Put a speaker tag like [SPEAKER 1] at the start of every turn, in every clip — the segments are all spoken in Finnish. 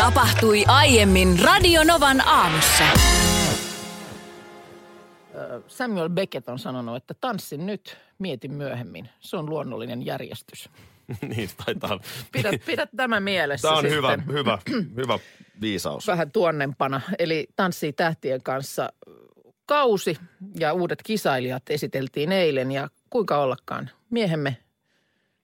[SPEAKER 1] Tapahtui aiemmin Radionovan aamussa.
[SPEAKER 2] Samuel Beckett on sanonut, että tanssin nyt, mieti myöhemmin. Se on luonnollinen järjestys.
[SPEAKER 3] niin, taitaa.
[SPEAKER 2] Pidä, pidä tämä mielessä
[SPEAKER 3] Tämä on
[SPEAKER 2] sitten.
[SPEAKER 3] hyvä, hyvä, hyvä viisaus.
[SPEAKER 2] Vähän tuonnempana. Eli tanssii tähtien kanssa kausi ja uudet kisailijat esiteltiin eilen ja kuinka ollakaan miehemme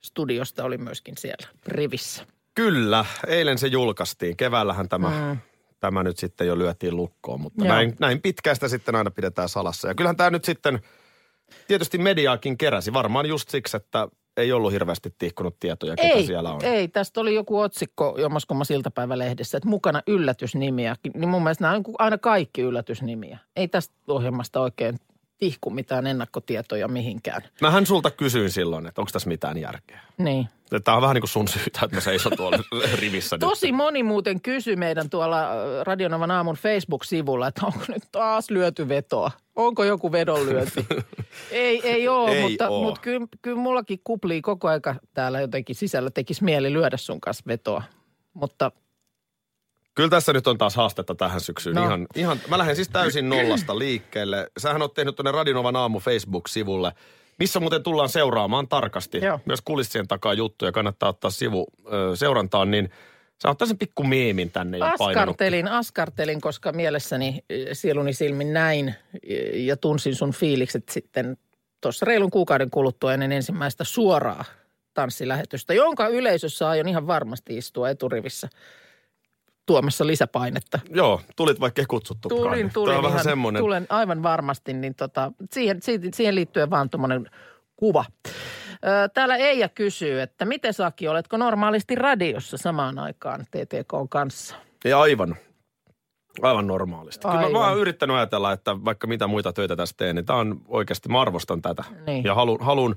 [SPEAKER 2] studiosta oli myöskin siellä rivissä.
[SPEAKER 3] Kyllä, eilen se julkaistiin. Keväällähän tämä,
[SPEAKER 2] Mm.
[SPEAKER 3] tämä nyt sitten jo lyötiin lukkoon, mutta
[SPEAKER 2] Joo.
[SPEAKER 3] näin, näin pitkästä sitten aina pidetään salassa. Ja kyllähän tämä nyt sitten tietysti mediaakin keräsi, varmaan just siksi, että ei ollut hirveästi tihkunut tietoja, ketä
[SPEAKER 2] Ei,
[SPEAKER 3] siellä on.
[SPEAKER 2] ei, tästä oli joku otsikko jommaskummas iltapäivälehdessä, että mukana yllätysnimiä. Niin mun mielestä nämä on niinku aina kaikki yllätysnimiä. Ei tästä ohjelmasta oikein tihku mitään ennakkotietoja mihinkään.
[SPEAKER 3] Mähän sulta kysyin silloin, että onko tässä mitään järkeä.
[SPEAKER 2] Niin.
[SPEAKER 3] Tämä on vähän niin kuin sun syytä, että mä seison tuolla rivissä
[SPEAKER 2] Tosi
[SPEAKER 3] nyt.
[SPEAKER 2] moni muuten kysyi meidän tuolla ö, Radionavan aamun Facebook-sivulla, että onko nyt taas lyöty vetoa. Onko joku vedonlyönti? ei, ei ole,
[SPEAKER 3] Ei
[SPEAKER 2] mutta,
[SPEAKER 3] oo.
[SPEAKER 2] mutta kyllä, kyllä mullakin kuplii koko aika täällä jotenkin sisällä. Tekisi mieli lyödä sun kanssa vetoa. Mutta
[SPEAKER 3] Kyllä tässä nyt on taas haastetta tähän syksyyn.
[SPEAKER 2] No.
[SPEAKER 3] No. Ihan, ihan, mä lähden siis täysin nollasta liikkeelle. Sähän oot tehnyt tuonne Radinovan aamu Facebook-sivulle, missä muuten tullaan seuraamaan tarkasti.
[SPEAKER 2] Joo.
[SPEAKER 3] Myös kulissien takaa juttuja kannattaa ottaa sivu ö, seurantaan, niin sä oot tällaisen pikku meemin tänne jo painanut.
[SPEAKER 2] askartelin, askartelin, koska mielessäni ö, sieluni silmin näin ö, ja tunsin sun fiilikset sitten tuossa reilun kuukauden kuluttua ennen ensimmäistä suoraa tanssilähetystä, jonka yleisössä aion ihan varmasti istua eturivissä tuomassa lisäpainetta.
[SPEAKER 3] Joo, tulit vaikka ei kutsuttukaan.
[SPEAKER 2] Tulin,
[SPEAKER 3] Tämä on
[SPEAKER 2] tulin,
[SPEAKER 3] vähän
[SPEAKER 2] ihan,
[SPEAKER 3] semmoinen.
[SPEAKER 2] tulen aivan varmasti, niin tota, siihen, siihen, siihen liittyen vaan tuommoinen kuva. Ö, Täällä Eija kysyy, että miten Saki, oletko normaalisti radiossa samaan aikaan TTK kanssa?
[SPEAKER 3] Ja aivan. Aivan normaalisti. Aivan. Kyllä mä, mä
[SPEAKER 2] Aivan.
[SPEAKER 3] oon yrittänyt ajatella, että vaikka mitä muita töitä tässä teen, niin tää on oikeasti, mä arvostan tätä.
[SPEAKER 2] Niin.
[SPEAKER 3] Ja halun, halun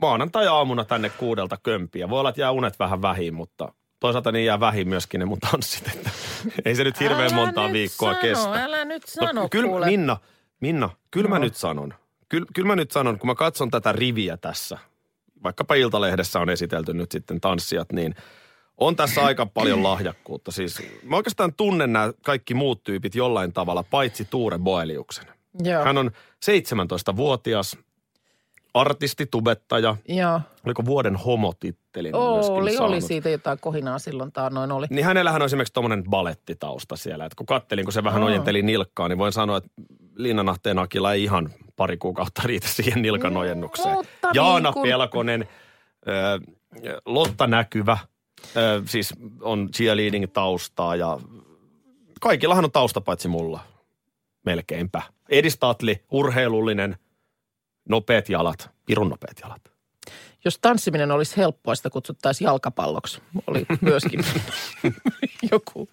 [SPEAKER 3] maanantai-aamuna tänne kuudelta kömpiä. Voi olla, että jää unet vähän vähin, mutta toisaalta niin jää vähin myöskin ne mun tanssit. Että ei se nyt hirveän
[SPEAKER 2] Älä
[SPEAKER 3] montaa
[SPEAKER 2] nyt
[SPEAKER 3] viikkoa
[SPEAKER 2] sano,
[SPEAKER 3] kestä.
[SPEAKER 2] Älä nyt sano,
[SPEAKER 3] no,
[SPEAKER 2] no,
[SPEAKER 3] kyllä,
[SPEAKER 2] kuule.
[SPEAKER 3] Minna, Minna, kyllä mä
[SPEAKER 2] No.
[SPEAKER 3] nyt sanon. Kyllä, kyllä mä nyt sanon, kun mä katson tätä riviä tässä, vaikkapa Iltalehdessä on esitelty nyt sitten tanssijat, niin on tässä aika paljon lahjakkuutta. Siis mä oikeastaan tunnen nämä kaikki muut tyypit jollain tavalla, paitsi Tuure Boeliuksen.
[SPEAKER 2] Joo,
[SPEAKER 3] Hän on 17-vuotias, artisti, tubettaja,
[SPEAKER 2] joo.
[SPEAKER 3] oliko vuoden homotittelin myöskin
[SPEAKER 2] Oli, oli
[SPEAKER 3] saanut.
[SPEAKER 2] siitä jotain kohinaa silloin taannoin oli.
[SPEAKER 3] Niin hänellähän on esimerkiksi tuommoinen balettitausta siellä. Et kun kattelin, kun se vähän
[SPEAKER 2] Aa.
[SPEAKER 3] ojenteli nilkkaa, niin voin sanoa, että Linnanahteen Akilla ei ihan pari kuukautta riitä siihen nilkan
[SPEAKER 2] Mm,
[SPEAKER 3] ojennukseen.
[SPEAKER 2] mutta
[SPEAKER 3] Jaana
[SPEAKER 2] niin kun-
[SPEAKER 3] Pelkonen, ö, Lotta Näkyvä, ö, siis on cheerleading-taustaa ja kaikillahan on tausta paitsi mulla, melkeinpä. Edi Statli, urheilullinen, nopeat jalat, pirun nopeat jalat.
[SPEAKER 2] Jos tanssiminen olisi helppoa, sitä kutsuttaisiin jalkapalloksi. Oli myöskin joku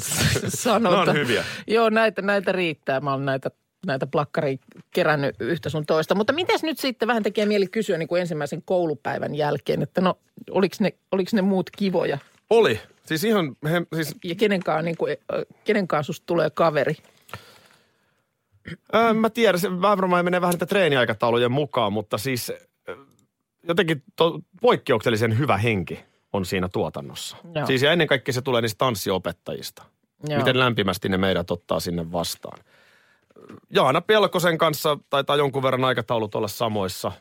[SPEAKER 2] s-
[SPEAKER 3] No
[SPEAKER 2] sanonta.
[SPEAKER 3] on hyviä.
[SPEAKER 2] Joo, näitä, näitä riittää. Mä oon näitä, näitä plakkariin kerännyt yhtä sun toista. Mutta mitäs nyt sitten vähän tekee mieli kysyä niin kuin ensimmäisen koulupäivän jälkeen, että no oliko ne, oliks ne muut kivoja?
[SPEAKER 3] Oli. Siis ihan, he, siis
[SPEAKER 2] Ja kenenkaan, niin kuin, kenenkaan susta tulee kaveri?
[SPEAKER 3] Öö, mä tiedän, se varmaan menee vähän niitä treeniaikataulujen mukaan, mutta siis ö, jotenkin to, poikkeuksellisen hyvä henki on siinä tuotannossa.
[SPEAKER 2] Joo.
[SPEAKER 3] Joo. Siis ja ennen kaikkea se tulee niistä tanssiopettajista.
[SPEAKER 2] Joo.
[SPEAKER 3] Joo. Miten lämpimästi ne meidät ottaa sinne vastaan. Jaana Pelkosen kanssa taitaa jonkun verran aikataulut olla samoissa.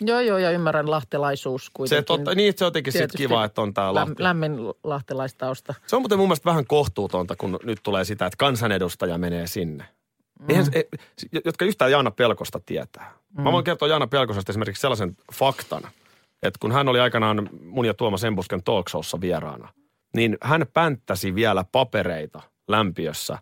[SPEAKER 2] Joo, joo, ja ymmärrän lahtelaisuus kuitenkin.
[SPEAKER 3] Se, totta, niin, se on jotenkin sit
[SPEAKER 2] Tietysti
[SPEAKER 3] kiva, että on tää
[SPEAKER 2] Läm,
[SPEAKER 3] Lahti.
[SPEAKER 2] lämmin lahtelaistausta.
[SPEAKER 3] Se on muuten mun mielestä vähän kohtuutonta, kun nyt tulee sitä, että kansanedustaja menee sinne. Mm. Eihän, ei, jotka yhtään Jaana Pelkosta tietää. Mm. Mä voin kertoa Jaana Pelkosesta esimerkiksi sellaisen faktan, että kun hän oli aikanaan mun ja Tuomas Embusken talk showssa vieraana, niin hän pänttäsi vielä papereita lämpiössä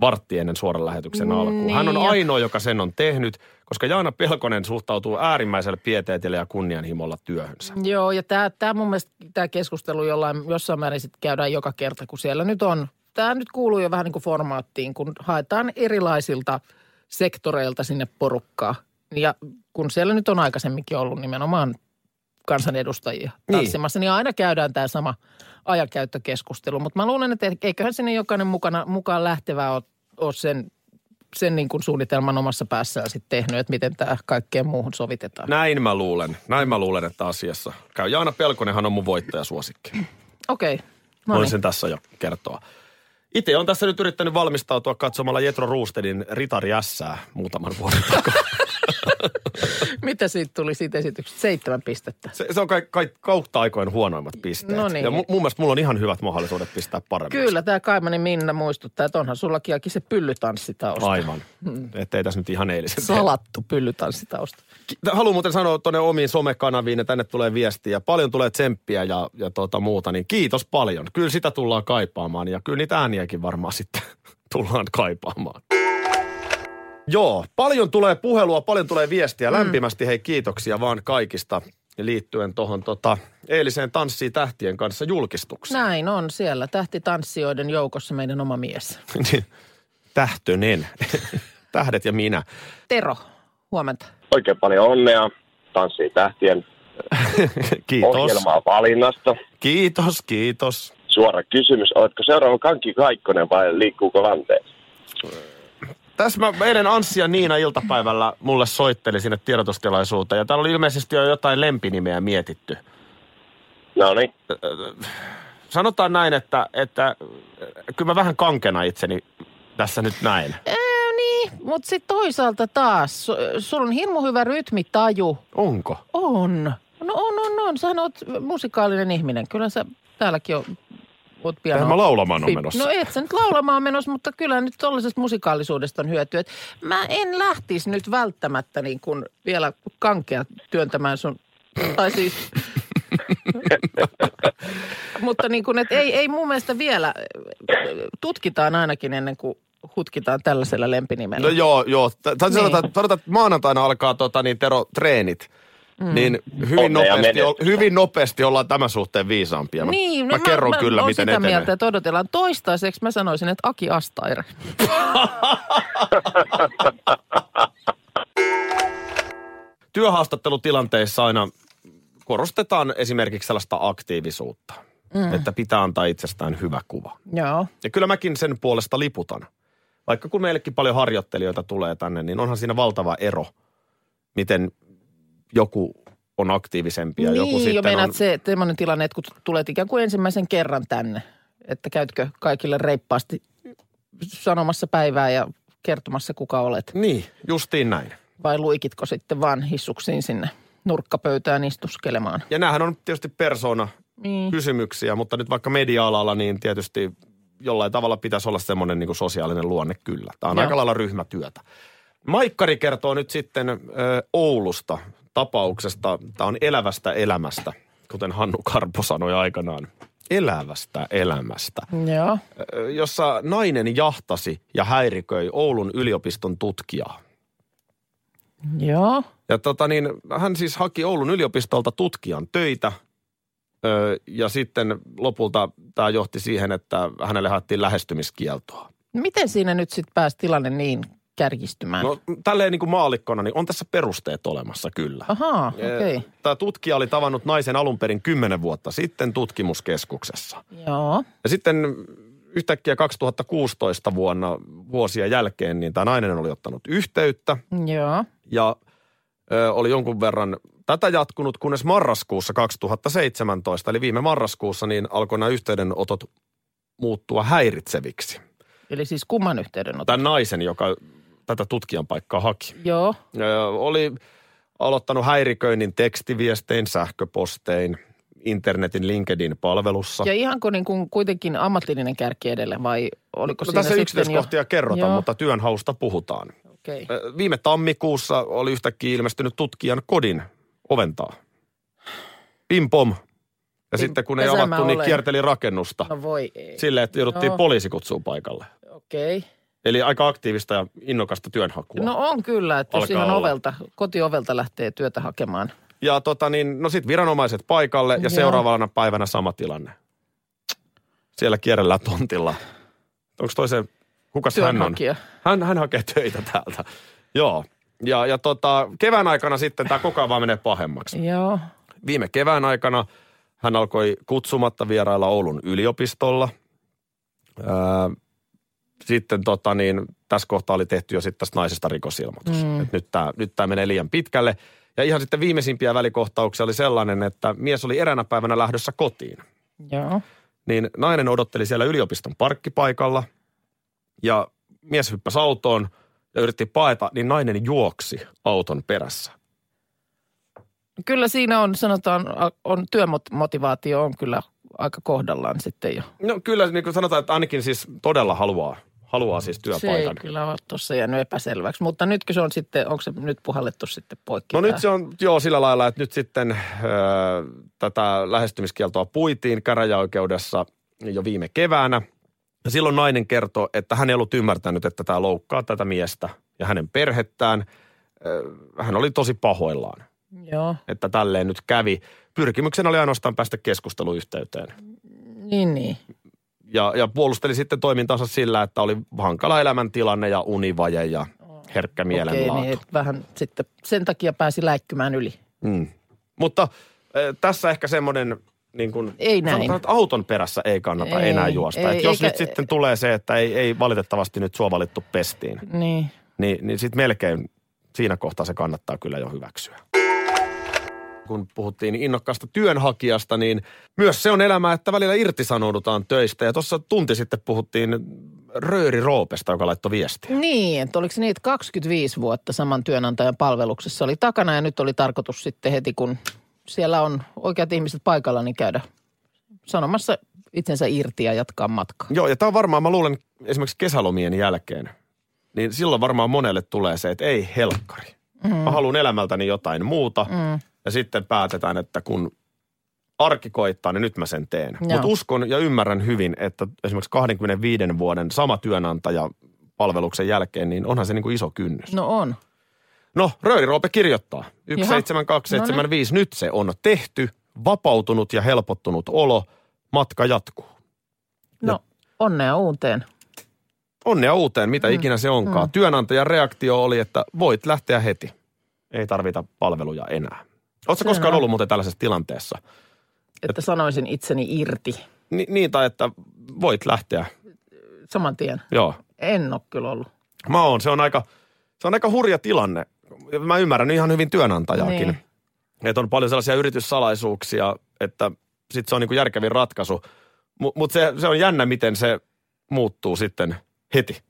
[SPEAKER 3] vartti ennen suoran lähetyksen
[SPEAKER 2] Niin,
[SPEAKER 3] alkuun. Hän on
[SPEAKER 2] ja-
[SPEAKER 3] ainoa, joka sen on tehnyt, koska Jaana Pelkonen suhtautuu äärimmäisellä pieteetillä ja kunnianhimolla työhönsä.
[SPEAKER 2] Joo, ja tämä, tämä mun mielestä tämä keskustelu jollain, jossain määrin sitten käydään joka kerta, kun siellä nyt on. Tämä nyt kuuluu jo vähän niin kuin formaattiin, kun haetaan erilaisilta sektoreilta sinne porukkaa. Ja kun siellä nyt on aikaisemminkin ollut nimenomaan kansanedustajia tanssimassa, niin, niin aina käydään tämä sama ajankäyttökeskustelu. Mutta mä luulen, että e-, eiköhän sinne jokainen mukana, mukaan lähtevä ole, ole sen, sen niin kuin suunnitelman omassa päässään sitten tehnyt, että miten tämä kaikkeen muuhun sovitetaan.
[SPEAKER 3] Näin mä luulen. Näin mä luulen, että asiassa käy. Jaana Pelkonenhan on mun voittajasuosikki.
[SPEAKER 2] niin. Okei, okay. no
[SPEAKER 3] Voin
[SPEAKER 2] niin.
[SPEAKER 3] sen tässä jo kertoa. Itse on tässä nyt yrittänyt valmistautua katsomalla Jetro Roostedin Ritari Sää muutaman vuoden takaa.
[SPEAKER 2] Mitä siitä tuli siitä esityksestä? Seitsemän pistettä.
[SPEAKER 3] Se, se on kai, kai kautta aikoin huonoimmat pisteet.
[SPEAKER 2] No niin.
[SPEAKER 3] Ja mu, mun mielestä mulla on ihan hyvät mahdollisuudet pistää paremmin.
[SPEAKER 2] Kyllä, tämä Kaimanen Minna muistuttaa, että onhan sullakin ainakin se pyllytanssitausta.
[SPEAKER 3] Aivan.
[SPEAKER 2] Mm.
[SPEAKER 3] Että ei tässä nyt ihan eilisen.
[SPEAKER 2] Salattu pyllytanssitausta.
[SPEAKER 3] Haluan muuten sanoa tuonne omiin somekanaviin, että tänne tulee viestiä. Paljon tulee tsemppiä ja, ja tuota muuta, niin kiitos paljon. Kyllä sitä tullaan kaipaamaan ja kyllä niitä ääniäkin varmaan sitten tullaan kaipaamaan. Joo, paljon tulee puhelua, paljon tulee viestiä. Lämpimästi hei kiitoksia vaan kaikista liittyen tuohon tota, eiliseen Tanssii tähtien kanssa julkistukseen.
[SPEAKER 2] Näin on siellä. Tähtitanssijoiden joukossa meidän oma mies.
[SPEAKER 3] Niin, Tähtönen. Tähdet ja minä.
[SPEAKER 2] Tero, huomenta.
[SPEAKER 4] Oikein paljon onnea Tanssii tähtien
[SPEAKER 3] Kiitos.
[SPEAKER 4] ohjelmaa valinnasta.
[SPEAKER 3] Kiitos, kiitos.
[SPEAKER 4] Suora kysymys, oletko seuraava Kanki Kaikkonen vai liikkuuko lanteessa?
[SPEAKER 3] Tässä mä eilen Anssi ja Niina iltapäivällä mulle soitteli sinne tiedotustilaisuuteen ja täällä oli ilmeisesti jo jotain lempinimeä mietitty.
[SPEAKER 4] No niin,
[SPEAKER 3] Sanotaan näin, että, että äh, kyllä mä vähän kankena itseni tässä nyt näin.
[SPEAKER 2] Mutta sitten niin, toisaalta taas, su- sulla on hirmu hyvä rytmitaju.
[SPEAKER 3] Onko?
[SPEAKER 2] On. No on, on, on. Sähän oot musikaalinen ihminen. Kyllä sä täälläkin on, oot piano.
[SPEAKER 3] Tähän mä laulamaan on menossa.
[SPEAKER 2] No et sä nyt laulamaan menossa, mutta kyllä nyt tollaisesta musikaalisuudesta on hyötyä. Et Mä en lähtisi nyt välttämättä niin kuin vielä kankea työntämään sun, tai siis... mutta niin kuin, et ei, ei mun mielestä vielä, tutkitaan ainakin ennen kuin hutkitaan tällaisella lempinimellä.
[SPEAKER 3] No joo, joo. Tä- tä-
[SPEAKER 2] Niin.
[SPEAKER 3] Sanotaan, sanotaan, että maanantaina alkaa tota, niin, Tero treenit. Mm. Niin hyvin
[SPEAKER 4] Onnea
[SPEAKER 3] nopeasti,
[SPEAKER 4] menestystä.
[SPEAKER 3] hyvin nopeasti ollaan tämän suhteen viisaampia. Mä,
[SPEAKER 2] Niin,
[SPEAKER 3] mä, kerron kyllä,
[SPEAKER 2] oon
[SPEAKER 3] miten
[SPEAKER 2] sitä
[SPEAKER 3] etenee.
[SPEAKER 2] mieltä, että odotellaan toistaiseksi. Mä sanoisin, että Aki Astaire.
[SPEAKER 3] työhaastattelutilanteissa aina korostetaan esimerkiksi sellaista aktiivisuutta, mm. että pitää antaa itsestään hyvä kuva.
[SPEAKER 2] Joo.
[SPEAKER 3] Ja kyllä mäkin sen puolesta liputan. Vaikka kun meillekin paljon harjoittelijoita tulee tänne, niin onhan siinä valtava ero, miten joku on aktiivisempi ja
[SPEAKER 2] niin,
[SPEAKER 3] joku
[SPEAKER 2] jo
[SPEAKER 3] sitten
[SPEAKER 2] meinaat
[SPEAKER 3] on...
[SPEAKER 2] se semmoinen tilanne, että kun tulet ikään kuin ensimmäisen kerran tänne, että käytkö kaikille reippaasti sanomassa päivää ja kertomassa kuka olet.
[SPEAKER 3] Niin, justiin näin.
[SPEAKER 2] Vai luikitko sitten vaan hissuksiin sinne nurkkapöytään istuskelemaan?
[SPEAKER 3] Ja näähän on tietysti persoona
[SPEAKER 2] Niin.
[SPEAKER 3] kysymyksiä, mutta nyt vaikka media-alalla niin tietysti jollain tavalla pitäisi olla semmoinen niin kuin sosiaalinen luonne kyllä. Tämä on
[SPEAKER 2] Joo.
[SPEAKER 3] aika lailla ryhmätyötä. Maikkari kertoo nyt sitten ö, Oulusta tapauksesta. Tämä on elävästä elämästä, kuten Hannu Karpo sanoi aikanaan. Elävästä elämästä,
[SPEAKER 2] Joo.
[SPEAKER 3] ö, jossa nainen jahtasi ja häiriköi Oulun yliopiston tutkijaa.
[SPEAKER 2] Joo.
[SPEAKER 3] Ja tota niin, hän siis haki Oulun yliopistolta tutkijan töitä. Öö, ja sitten lopulta tämä johti siihen, että hänelle haettiin lähestymiskieltoa.
[SPEAKER 2] Miten siinä nyt sitten pääsi tilanne niin kärjistymään?
[SPEAKER 3] No tälleen niin kuin maallikkona, niin on tässä perusteet olemassa kyllä.
[SPEAKER 2] Ahaa, Ah, okei. Okay.
[SPEAKER 3] Tämä tutkija oli tavannut naisen alun perin kymmenen vuotta sitten tutkimuskeskuksessa.
[SPEAKER 2] Joo.
[SPEAKER 3] Ja sitten yhtäkkiä 2016 vuonna vuosia jälkeen, niin tämä nainen oli ottanut yhteyttä
[SPEAKER 2] Joo.
[SPEAKER 3] ja ö, oli jonkun verran tätä jatkunut, kunnes marraskuussa 2017, eli viime marraskuussa, niin alkoi nämä yhteydenotot muuttua häiritseviksi.
[SPEAKER 2] Eli siis kumman yhteydenotto?
[SPEAKER 3] Tämän naisen, joka tätä tutkijan paikkaa haki,
[SPEAKER 2] Joo.
[SPEAKER 3] ö, oli aloittanut häiriköinnin tekstiviestein, sähköpostein, internetin LinkedIn-palvelussa.
[SPEAKER 2] Ja ihan kuin, niin kuin kuitenkin ammatillinen kärki edellä vai oliko
[SPEAKER 3] No,
[SPEAKER 2] siinä
[SPEAKER 3] tässä
[SPEAKER 2] sitten
[SPEAKER 3] yksityiskohtia
[SPEAKER 2] jo?
[SPEAKER 3] kerrotaan,
[SPEAKER 2] Joo.
[SPEAKER 3] mutta työnhausta puhutaan.
[SPEAKER 2] Okei. Okay.
[SPEAKER 3] Ö, Viime tammikuussa oli yhtäkkiä ilmestynyt tutkijan kodin oventaa. Pim pom. Ja
[SPEAKER 2] Pim-
[SPEAKER 3] sitten kun ei
[SPEAKER 2] tässä mä
[SPEAKER 3] avattu, niin
[SPEAKER 2] olen.
[SPEAKER 3] kierteli rakennusta.
[SPEAKER 2] No voi ei.
[SPEAKER 3] Silleen, että jouduttiin
[SPEAKER 2] Joo.
[SPEAKER 3] poliisi kutsuu paikalle.
[SPEAKER 2] Okei. Okay.
[SPEAKER 3] Eli aika aktiivista ja innokasta työnhakua.
[SPEAKER 2] No on kyllä, että jos
[SPEAKER 3] Alkaa
[SPEAKER 2] ihan
[SPEAKER 3] olla.
[SPEAKER 2] ovelta, kotiovelta lähtee työtä hakemaan.
[SPEAKER 3] Ja tota niin, no sit viranomaiset paikalle ja
[SPEAKER 2] Joo.
[SPEAKER 3] seuraavana päivänä sama tilanne. Siellä kierrellään tontilla. Onko toi se, kukas hän on?
[SPEAKER 2] Työnhakija.
[SPEAKER 3] Hän, hän hakee töitä täältä. Joo. Ja, ja tota, kevään aikana sitten tämä koko ajan vaan menee pahemmaksi.
[SPEAKER 2] Joo.
[SPEAKER 3] Viime kevään aikana hän alkoi kutsumatta vierailla Oulun yliopistolla. Ää, sitten tota niin, tässä kohtaa oli tehty jo sitten tästä naisesta rikosilmoitus. Mm. Et nyt tämä nyt tää menee liian pitkälle. Ja ihan sitten viimeisimpiä välikohtauksia oli sellainen, että mies oli eräänä päivänä lähdössä kotiin.
[SPEAKER 2] Joo.
[SPEAKER 3] Niin nainen odotteli siellä yliopiston parkkipaikalla ja mies hyppäsi autoon ja yritti paeta, niin nainen juoksi auton perässä.
[SPEAKER 2] Kyllä siinä on, sanotaan, a- on työmotivaatio on kyllä aika kohdallaan sitten jo.
[SPEAKER 3] No kyllä, niin kuin sanotaan, että ainakin siis todella haluaa, haluaa siis
[SPEAKER 2] Se ei
[SPEAKER 3] työpaikan.
[SPEAKER 2] kyllä ole tuossa jäänyt epäselväksi, mutta nytkö se on sitten, onko se nyt puhallettu sitten poikki?
[SPEAKER 3] No
[SPEAKER 2] tää?
[SPEAKER 3] nyt se on joo sillä lailla, että nyt sitten ö, tätä lähestymiskieltoa puitiin käräjäoikeudessa jo viime keväänä. Ja silloin nainen kertoo, että hän ei ollut ymmärtänyt, että tämä loukkaa tätä miestä ja hänen perhettään. Ö, hän oli tosi pahoillaan,
[SPEAKER 2] Joo,
[SPEAKER 3] että tälleen nyt kävi. Pyrkimyksenä oli ainoastaan päästä keskusteluyhteyteen.
[SPEAKER 2] niin niin.
[SPEAKER 3] ja, ja puolusteli sitten toimintansa sillä, että oli hankala elämäntilanne ja univaje ja herkkä
[SPEAKER 2] Okei,
[SPEAKER 3] mielenlaatu.
[SPEAKER 2] niin
[SPEAKER 3] Okay,
[SPEAKER 2] et vähän sitten sen takia pääsi läikkymään yli.
[SPEAKER 3] niin. mm. Mutta äh, tässä ehkä semmoinen, niin kuin,
[SPEAKER 2] Ei näin.
[SPEAKER 3] Sanotaan, että auton perässä ei kannata
[SPEAKER 2] Ei,
[SPEAKER 3] ei, enää juosta.
[SPEAKER 2] ei,
[SPEAKER 3] Ei, Et jos
[SPEAKER 2] eikä-
[SPEAKER 3] eikä, nyt sitten tulee se, että ei, ei valitettavasti nyt sua valittu pestiin,
[SPEAKER 2] Niin.
[SPEAKER 3] niin, niin sitten melkein siinä kohtaa se kannattaa kyllä jo hyväksyä. Kun puhuttiin innokkaasta työnhakijasta, niin myös se on elämää, että välillä irtisanoudutaan töistä. Ja tuossa tunti sitten puhuttiin Rööri Roopesta, joka laittoi viestiä.
[SPEAKER 2] Niin, että oliko se niin, että 25 vuotta saman työnantajan palveluksessa oli takana ja nyt oli tarkoitus sitten heti, kun siellä on oikeat ihmiset paikalla, niin käydä sanomassa itsensä irti ja jatkaa matkaa.
[SPEAKER 3] Joo, ja tämä on varmaan, mä luulen esimerkiksi kesälomien jälkeen, niin silloin varmaan monelle tulee se, että ei helkkari. Mm. Mä haluan elämältäni jotain muuta. Mm. Ja sitten päätetään, että kun arki koittaa, niin nyt mä sen teen.
[SPEAKER 2] Joo.
[SPEAKER 3] Mutta uskon ja ymmärrän hyvin, että esimerkiksi 25 vuoden sama työnantaja palveluksen jälkeen, niin onhan se niin kuin iso kynnys.
[SPEAKER 2] No on.
[SPEAKER 3] No, Rööri Roope kirjoittaa.
[SPEAKER 2] Jaha.
[SPEAKER 3] No niin. 172275, nyt se on tehty, vapautunut ja helpottunut olo, matka jatkuu.
[SPEAKER 2] No, onnea uuteen.
[SPEAKER 3] onnea uuteen, mitä mm. ikinä se onkaan. Mm. Työnantajan reaktio oli, että voit lähteä heti. Ei tarvita palveluja enää. Oletko
[SPEAKER 2] on.
[SPEAKER 3] koskaan ollut muuten tällaisessa tilanteessa?
[SPEAKER 2] Että sanoisin itseni irti
[SPEAKER 3] Ni, niin tai että voit lähteä,
[SPEAKER 2] saman tien.
[SPEAKER 3] joo.
[SPEAKER 2] En ole kyllä ollut.
[SPEAKER 3] Mä oon, se on aika, se on aika hurja tilanne. Mä ymmärrän ihan hyvin työnantajaakin.
[SPEAKER 2] Niin.
[SPEAKER 3] Niin. Että on paljon sellaisia yrityssalaisuuksia, että sit se on niinku järkevin ratkaisu. Mutta mut se, se on jännä, miten se muuttuu sitten heti,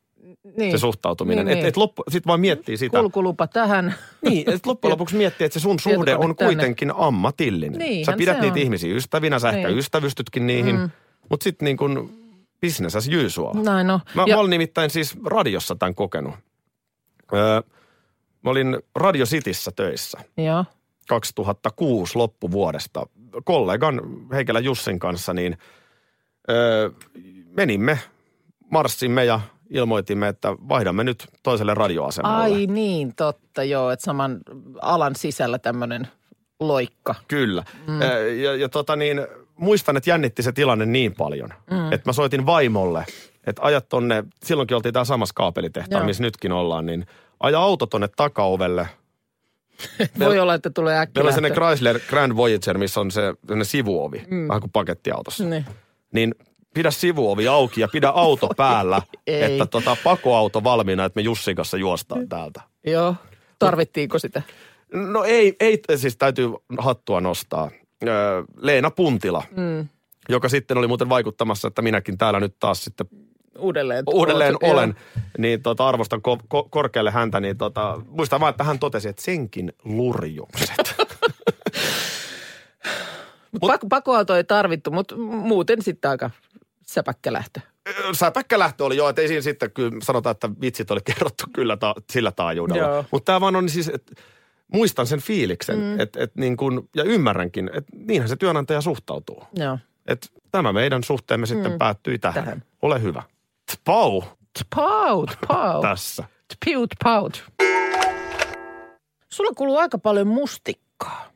[SPEAKER 2] Niin.
[SPEAKER 3] se suhtautuminen.
[SPEAKER 2] Niin,
[SPEAKER 3] Niin,
[SPEAKER 2] niin.
[SPEAKER 3] et, et loppu, sit vaan miettii sitä.
[SPEAKER 2] Kulkulupa tähän.
[SPEAKER 3] Niin, että loppujen lopuksi miettii, että se sun suhde
[SPEAKER 2] Tietokone
[SPEAKER 3] on
[SPEAKER 2] tänne.
[SPEAKER 3] kuitenkin ammatillinen.
[SPEAKER 2] Niinhän
[SPEAKER 3] sä pidät
[SPEAKER 2] Niin, no se
[SPEAKER 3] niitä
[SPEAKER 2] on.
[SPEAKER 3] ihmisiä ystävinä, sä ehkä
[SPEAKER 2] Niin.
[SPEAKER 3] ystävystytkin niihin, mm. mutta sitten niin kuin business as usual.
[SPEAKER 2] Näin on.
[SPEAKER 3] Mä,
[SPEAKER 2] Ja-
[SPEAKER 3] mä olin nimittäin siis radiossa tämän kokenut. Öö, mä olin Radio Cityssä töissä
[SPEAKER 2] Joo.
[SPEAKER 3] 2006 loppuvuodesta kollegan Heikelä Jussin kanssa, niin öö, menimme, marssimme ja ilmoitimme, että vaihdamme nyt toiselle radioasemalle.
[SPEAKER 2] Ai niin, totta joo, että saman alan sisällä tämmöinen loikka.
[SPEAKER 3] Kyllä. Mm. Ja, ja tota niin, muistan, että jännitti se tilanne niin paljon, mm. että mä soitin vaimolle, että ajat tonne, silloinkin oltiin tää samassa kaapelitehtaan,
[SPEAKER 2] Joo.
[SPEAKER 3] missä nytkin ollaan, niin aja auto tonne takaovelle.
[SPEAKER 2] Voi olla, että tulee äkkiä.
[SPEAKER 3] Meillä on sellainen Chrysler Grand Voyager, missä on se sellainen sivuovi, mm. vähän kuin pakettiautossa.
[SPEAKER 2] Niin.
[SPEAKER 3] Niin pidä sivuovi auki ja pidä auto päällä,
[SPEAKER 2] ei.
[SPEAKER 3] että tota, pakoauto valmiina, että me Jussin kanssa juostaan täältä.
[SPEAKER 2] Joo. Tarvittiinko sitä?
[SPEAKER 3] No ei, ei siis täytyy hattua nostaa. Öö, Leena Puntila, mm. joka sitten oli muuten vaikuttamassa, että minäkin täällä nyt taas sitten
[SPEAKER 2] Uudelleen.
[SPEAKER 3] uudelleen
[SPEAKER 2] Joo.
[SPEAKER 3] olen, niin tota, arvostan ko- ko- korkealle häntä, niin tota, muistan vaan, että hän totesi, että senkin lurjukset.
[SPEAKER 2] Mut... Pak- pakoauto ei tarvittu, mutta muuten sitten aika säpäkkä lähtö.
[SPEAKER 3] Säpäkkälähtö oli joo, että ei siinä sitten kyllä sanotaan, että vitsit oli kerrottu kyllä ta- sillä
[SPEAKER 2] Joo.
[SPEAKER 3] taajuudella. Mutta tämä vaan on siis, että muistan sen fiiliksen, mm. et, et niin kun, ja ymmärränkin, että niinhän se työnantaja suhtautuu.
[SPEAKER 2] Joo.
[SPEAKER 3] että tämä meidän suhteemme sitten päättyi tähän.
[SPEAKER 2] Mm. Tähän.
[SPEAKER 3] Ole hyvä. Pau!
[SPEAKER 2] Tpaut, paut.
[SPEAKER 3] tässä.
[SPEAKER 2] Tpiut, paut. Sulla kuluu aika paljon mustikkaa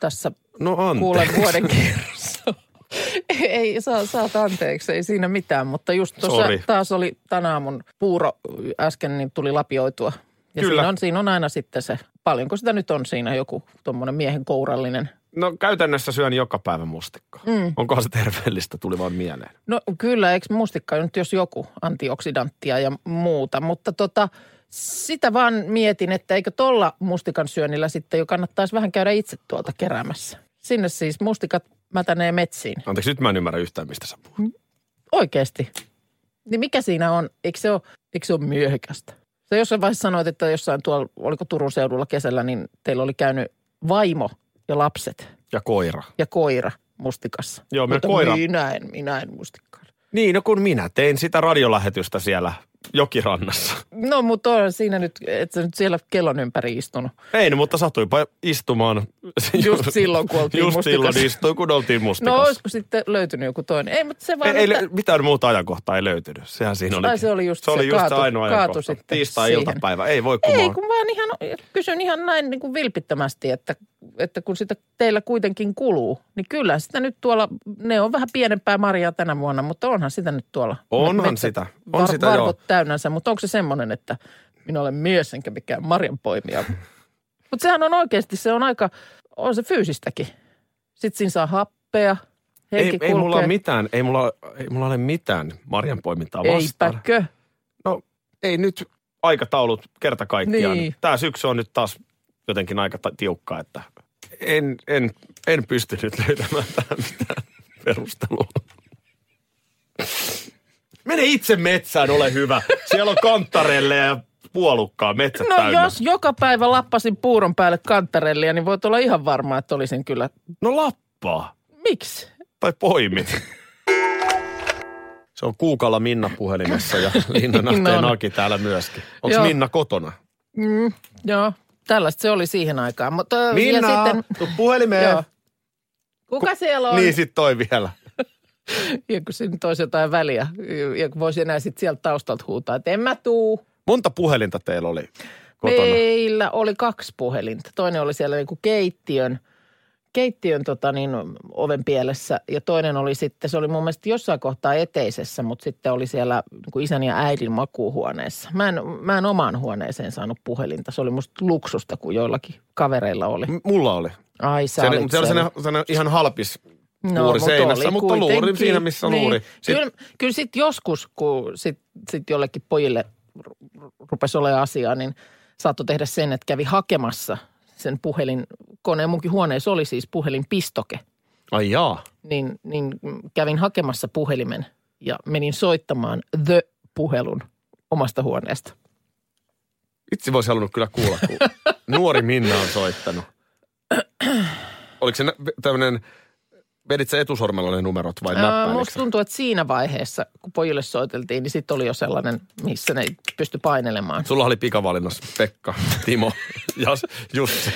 [SPEAKER 2] tässä
[SPEAKER 3] No anteeksi.
[SPEAKER 2] kuulen vuoden kierrossa. Ei, ei saa, saat anteeksi, ei siinä mitään, mutta just tuossa
[SPEAKER 3] Sori.
[SPEAKER 2] taas oli tänä aamun puuro äsken, niin tuli lapioitua. Ja
[SPEAKER 3] Kyllä.
[SPEAKER 2] Siinä, on, siinä on aina sitten se, paljonko sitä nyt on siinä joku tuommoinen miehen kourallinen.
[SPEAKER 3] No käytännössä syön joka päivä mustikkaa. Mm. Onkohan se terveellistä, tuli vaan mieleen.
[SPEAKER 2] No kyllä, eikö mustikka nyt jos joku antioksidanttia ja muuta, mutta tota, sitä vaan mietin, että eikö tuolla mustikan syönnillä sitten jo kannattaisi vähän käydä itse tuolta keräämässä. Sinne siis mustikat mätänee metsiin.
[SPEAKER 3] Anteeksi, nyt mä en ymmärrä yhtään, mistä sä puhut.
[SPEAKER 2] Oikeasti. Niin mikä siinä on? Eikö se ole, eikö se ole myöhäkästä? Sä jossain vaiheessa sanoit, että jossain tuolla, oliko Turun seudulla kesällä, niin teillä oli käynyt vaimo ja lapset
[SPEAKER 3] Ja koira.
[SPEAKER 2] ja koira mustikassa.
[SPEAKER 3] Joo, meillä
[SPEAKER 2] Mutta
[SPEAKER 3] koira-
[SPEAKER 2] Minä en, minä en mustikkaan.
[SPEAKER 3] Niin, no kun minä tein sitä radiolähetystä siellä jokirannassa.
[SPEAKER 2] No, mutta on siinä nyt, että sä nyt siellä kellon ympäri istunut.
[SPEAKER 3] Ei, no, mutta satuipa istumaan.
[SPEAKER 2] Just silloin, kun oltiin
[SPEAKER 3] Just silloin
[SPEAKER 2] mustikassa.
[SPEAKER 3] istuin, kun oltiin
[SPEAKER 2] No,
[SPEAKER 3] mustikassa.
[SPEAKER 2] olisiko sitten löytynyt joku toinen? Ei, mutta se vaan,
[SPEAKER 3] ei,
[SPEAKER 2] että...
[SPEAKER 3] ei, mitään muuta ajankohtaa ei löytynyt. Sehän siinä oli.
[SPEAKER 2] Ai, se oli just
[SPEAKER 3] se, oli
[SPEAKER 2] se
[SPEAKER 3] just
[SPEAKER 2] kaatu-
[SPEAKER 3] se ainoa
[SPEAKER 2] kaatu
[SPEAKER 3] ajankohta.
[SPEAKER 2] sitten
[SPEAKER 3] Tiistai-iltapäivä. Ei voi kumaa.
[SPEAKER 2] Ei, kun vaan ihan, kysyn ihan näin niin kuin vilpittömästi, että, että kun sitä teillä kuitenkin kuluu, niin kyllä sitä nyt tuolla, ne on vähän pienempää marjaa tänä vuonna, mutta onhan sitä nyt tuolla.
[SPEAKER 3] Onhan
[SPEAKER 2] Metsät
[SPEAKER 3] sitä. On sitä,
[SPEAKER 2] varvot
[SPEAKER 3] joo.
[SPEAKER 2] täynnänsä, mutta onko se semmoinen, että minä olen mies enkä mikään marjanpoimija. mutta sehän on oikeasti, se on aika, on se fyysistäkin. Sitten siinä saa happea, henki
[SPEAKER 3] ei, ei, mulla
[SPEAKER 2] kulkee.
[SPEAKER 3] ole mitään, ei, mulla, ei mulla ole mitään marjanpoimintaa vastaan.
[SPEAKER 2] Eipäkö?
[SPEAKER 3] No ei nyt aikataulut kerta kaikkiaan.
[SPEAKER 2] Niin.
[SPEAKER 3] Niin. Tämä syksy on nyt taas jotenkin aika ta- tiukka, että en, en, en pysty nyt löytämään tähän mitään perustelua. Mene itse metsään, ole hyvä. Siellä on kantarelle ja puolukkaa metsät
[SPEAKER 2] No
[SPEAKER 3] täynnä.
[SPEAKER 2] jos joka päivä lappasin puuron päälle kantarellia, niin voit olla ihan varma, että olisin kyllä.
[SPEAKER 3] No lappaa.
[SPEAKER 2] Miksi?
[SPEAKER 3] Tai poimit. Se on Kuukalla Minna puhelimessa ja Linna
[SPEAKER 2] Minna
[SPEAKER 3] Nahteen
[SPEAKER 2] on.
[SPEAKER 3] Aki täällä myöskin. Onko
[SPEAKER 2] Joo.
[SPEAKER 3] Minna kotona?
[SPEAKER 2] Mm, joo, tällaista se oli siihen aikaan. Mutta,
[SPEAKER 3] Minna,
[SPEAKER 2] ja sitten,
[SPEAKER 3] tuu puhelimeen.
[SPEAKER 2] joo. Kuka siellä on?
[SPEAKER 3] Niin sit toi vielä.
[SPEAKER 2] Ja kun siinä nyt olisi jotain väliä, ja kun voisi enää sitten sieltä taustalta huutaa, että en mä tuu.
[SPEAKER 3] Monta puhelinta teillä oli kotona?
[SPEAKER 2] Niin. Meillä oli kaksi puhelinta. Toinen oli siellä niinku keittiön, keittiön tota niin, oven pielessä ja toinen oli sitten, se oli mun mielestä jossain kohtaa eteisessä, mutta sitten oli siellä niinku isän ja äidin makuuhuoneessa. Mä en, mä en omaan huoneeseen saanut puhelinta. Se oli musta luksusta, kun joillakin kavereilla oli.
[SPEAKER 3] M- Mulla oli.
[SPEAKER 2] Ai sä
[SPEAKER 3] Se,
[SPEAKER 2] olit
[SPEAKER 3] oli, mutta se oli
[SPEAKER 2] siellä. No,
[SPEAKER 3] sellainen, sellainen ihan halpis luuri seinässä, mutta luuri
[SPEAKER 2] kuitenkin.
[SPEAKER 3] siinä, missä on
[SPEAKER 2] niin.
[SPEAKER 3] luuri.
[SPEAKER 2] Sit...
[SPEAKER 3] Sit,
[SPEAKER 2] Kyllä, kyllä sitten joskus, kun sit, sit jollekin pojille ru- rupesi olemaan asiaa, niin saattoi tehdä sen, että kävi hakemassa sen puhelin koneen. Munkin huoneessa oli siis puhelinpistoke.
[SPEAKER 3] Ai jaa.
[SPEAKER 2] Niin, niin kävin hakemassa puhelimen ja menin soittamaan The-puhelun omasta huoneesta.
[SPEAKER 3] Itse voisi halunnut kyllä kuulla, kun nuori Minna on soittanut. Oliko se nä- tämmöinen, vedit sä etusormella ne numerot vai
[SPEAKER 2] Ää,
[SPEAKER 3] näppäilikö
[SPEAKER 2] Öö, musta
[SPEAKER 3] sä?
[SPEAKER 2] tuntuu, että siinä vaiheessa, kun pojille soiteltiin, niin sitten oli jo sellainen, missä ne pysty painelemaan.
[SPEAKER 3] Sulla oli pikavalinnassa Pekka, Timo ja Jussi.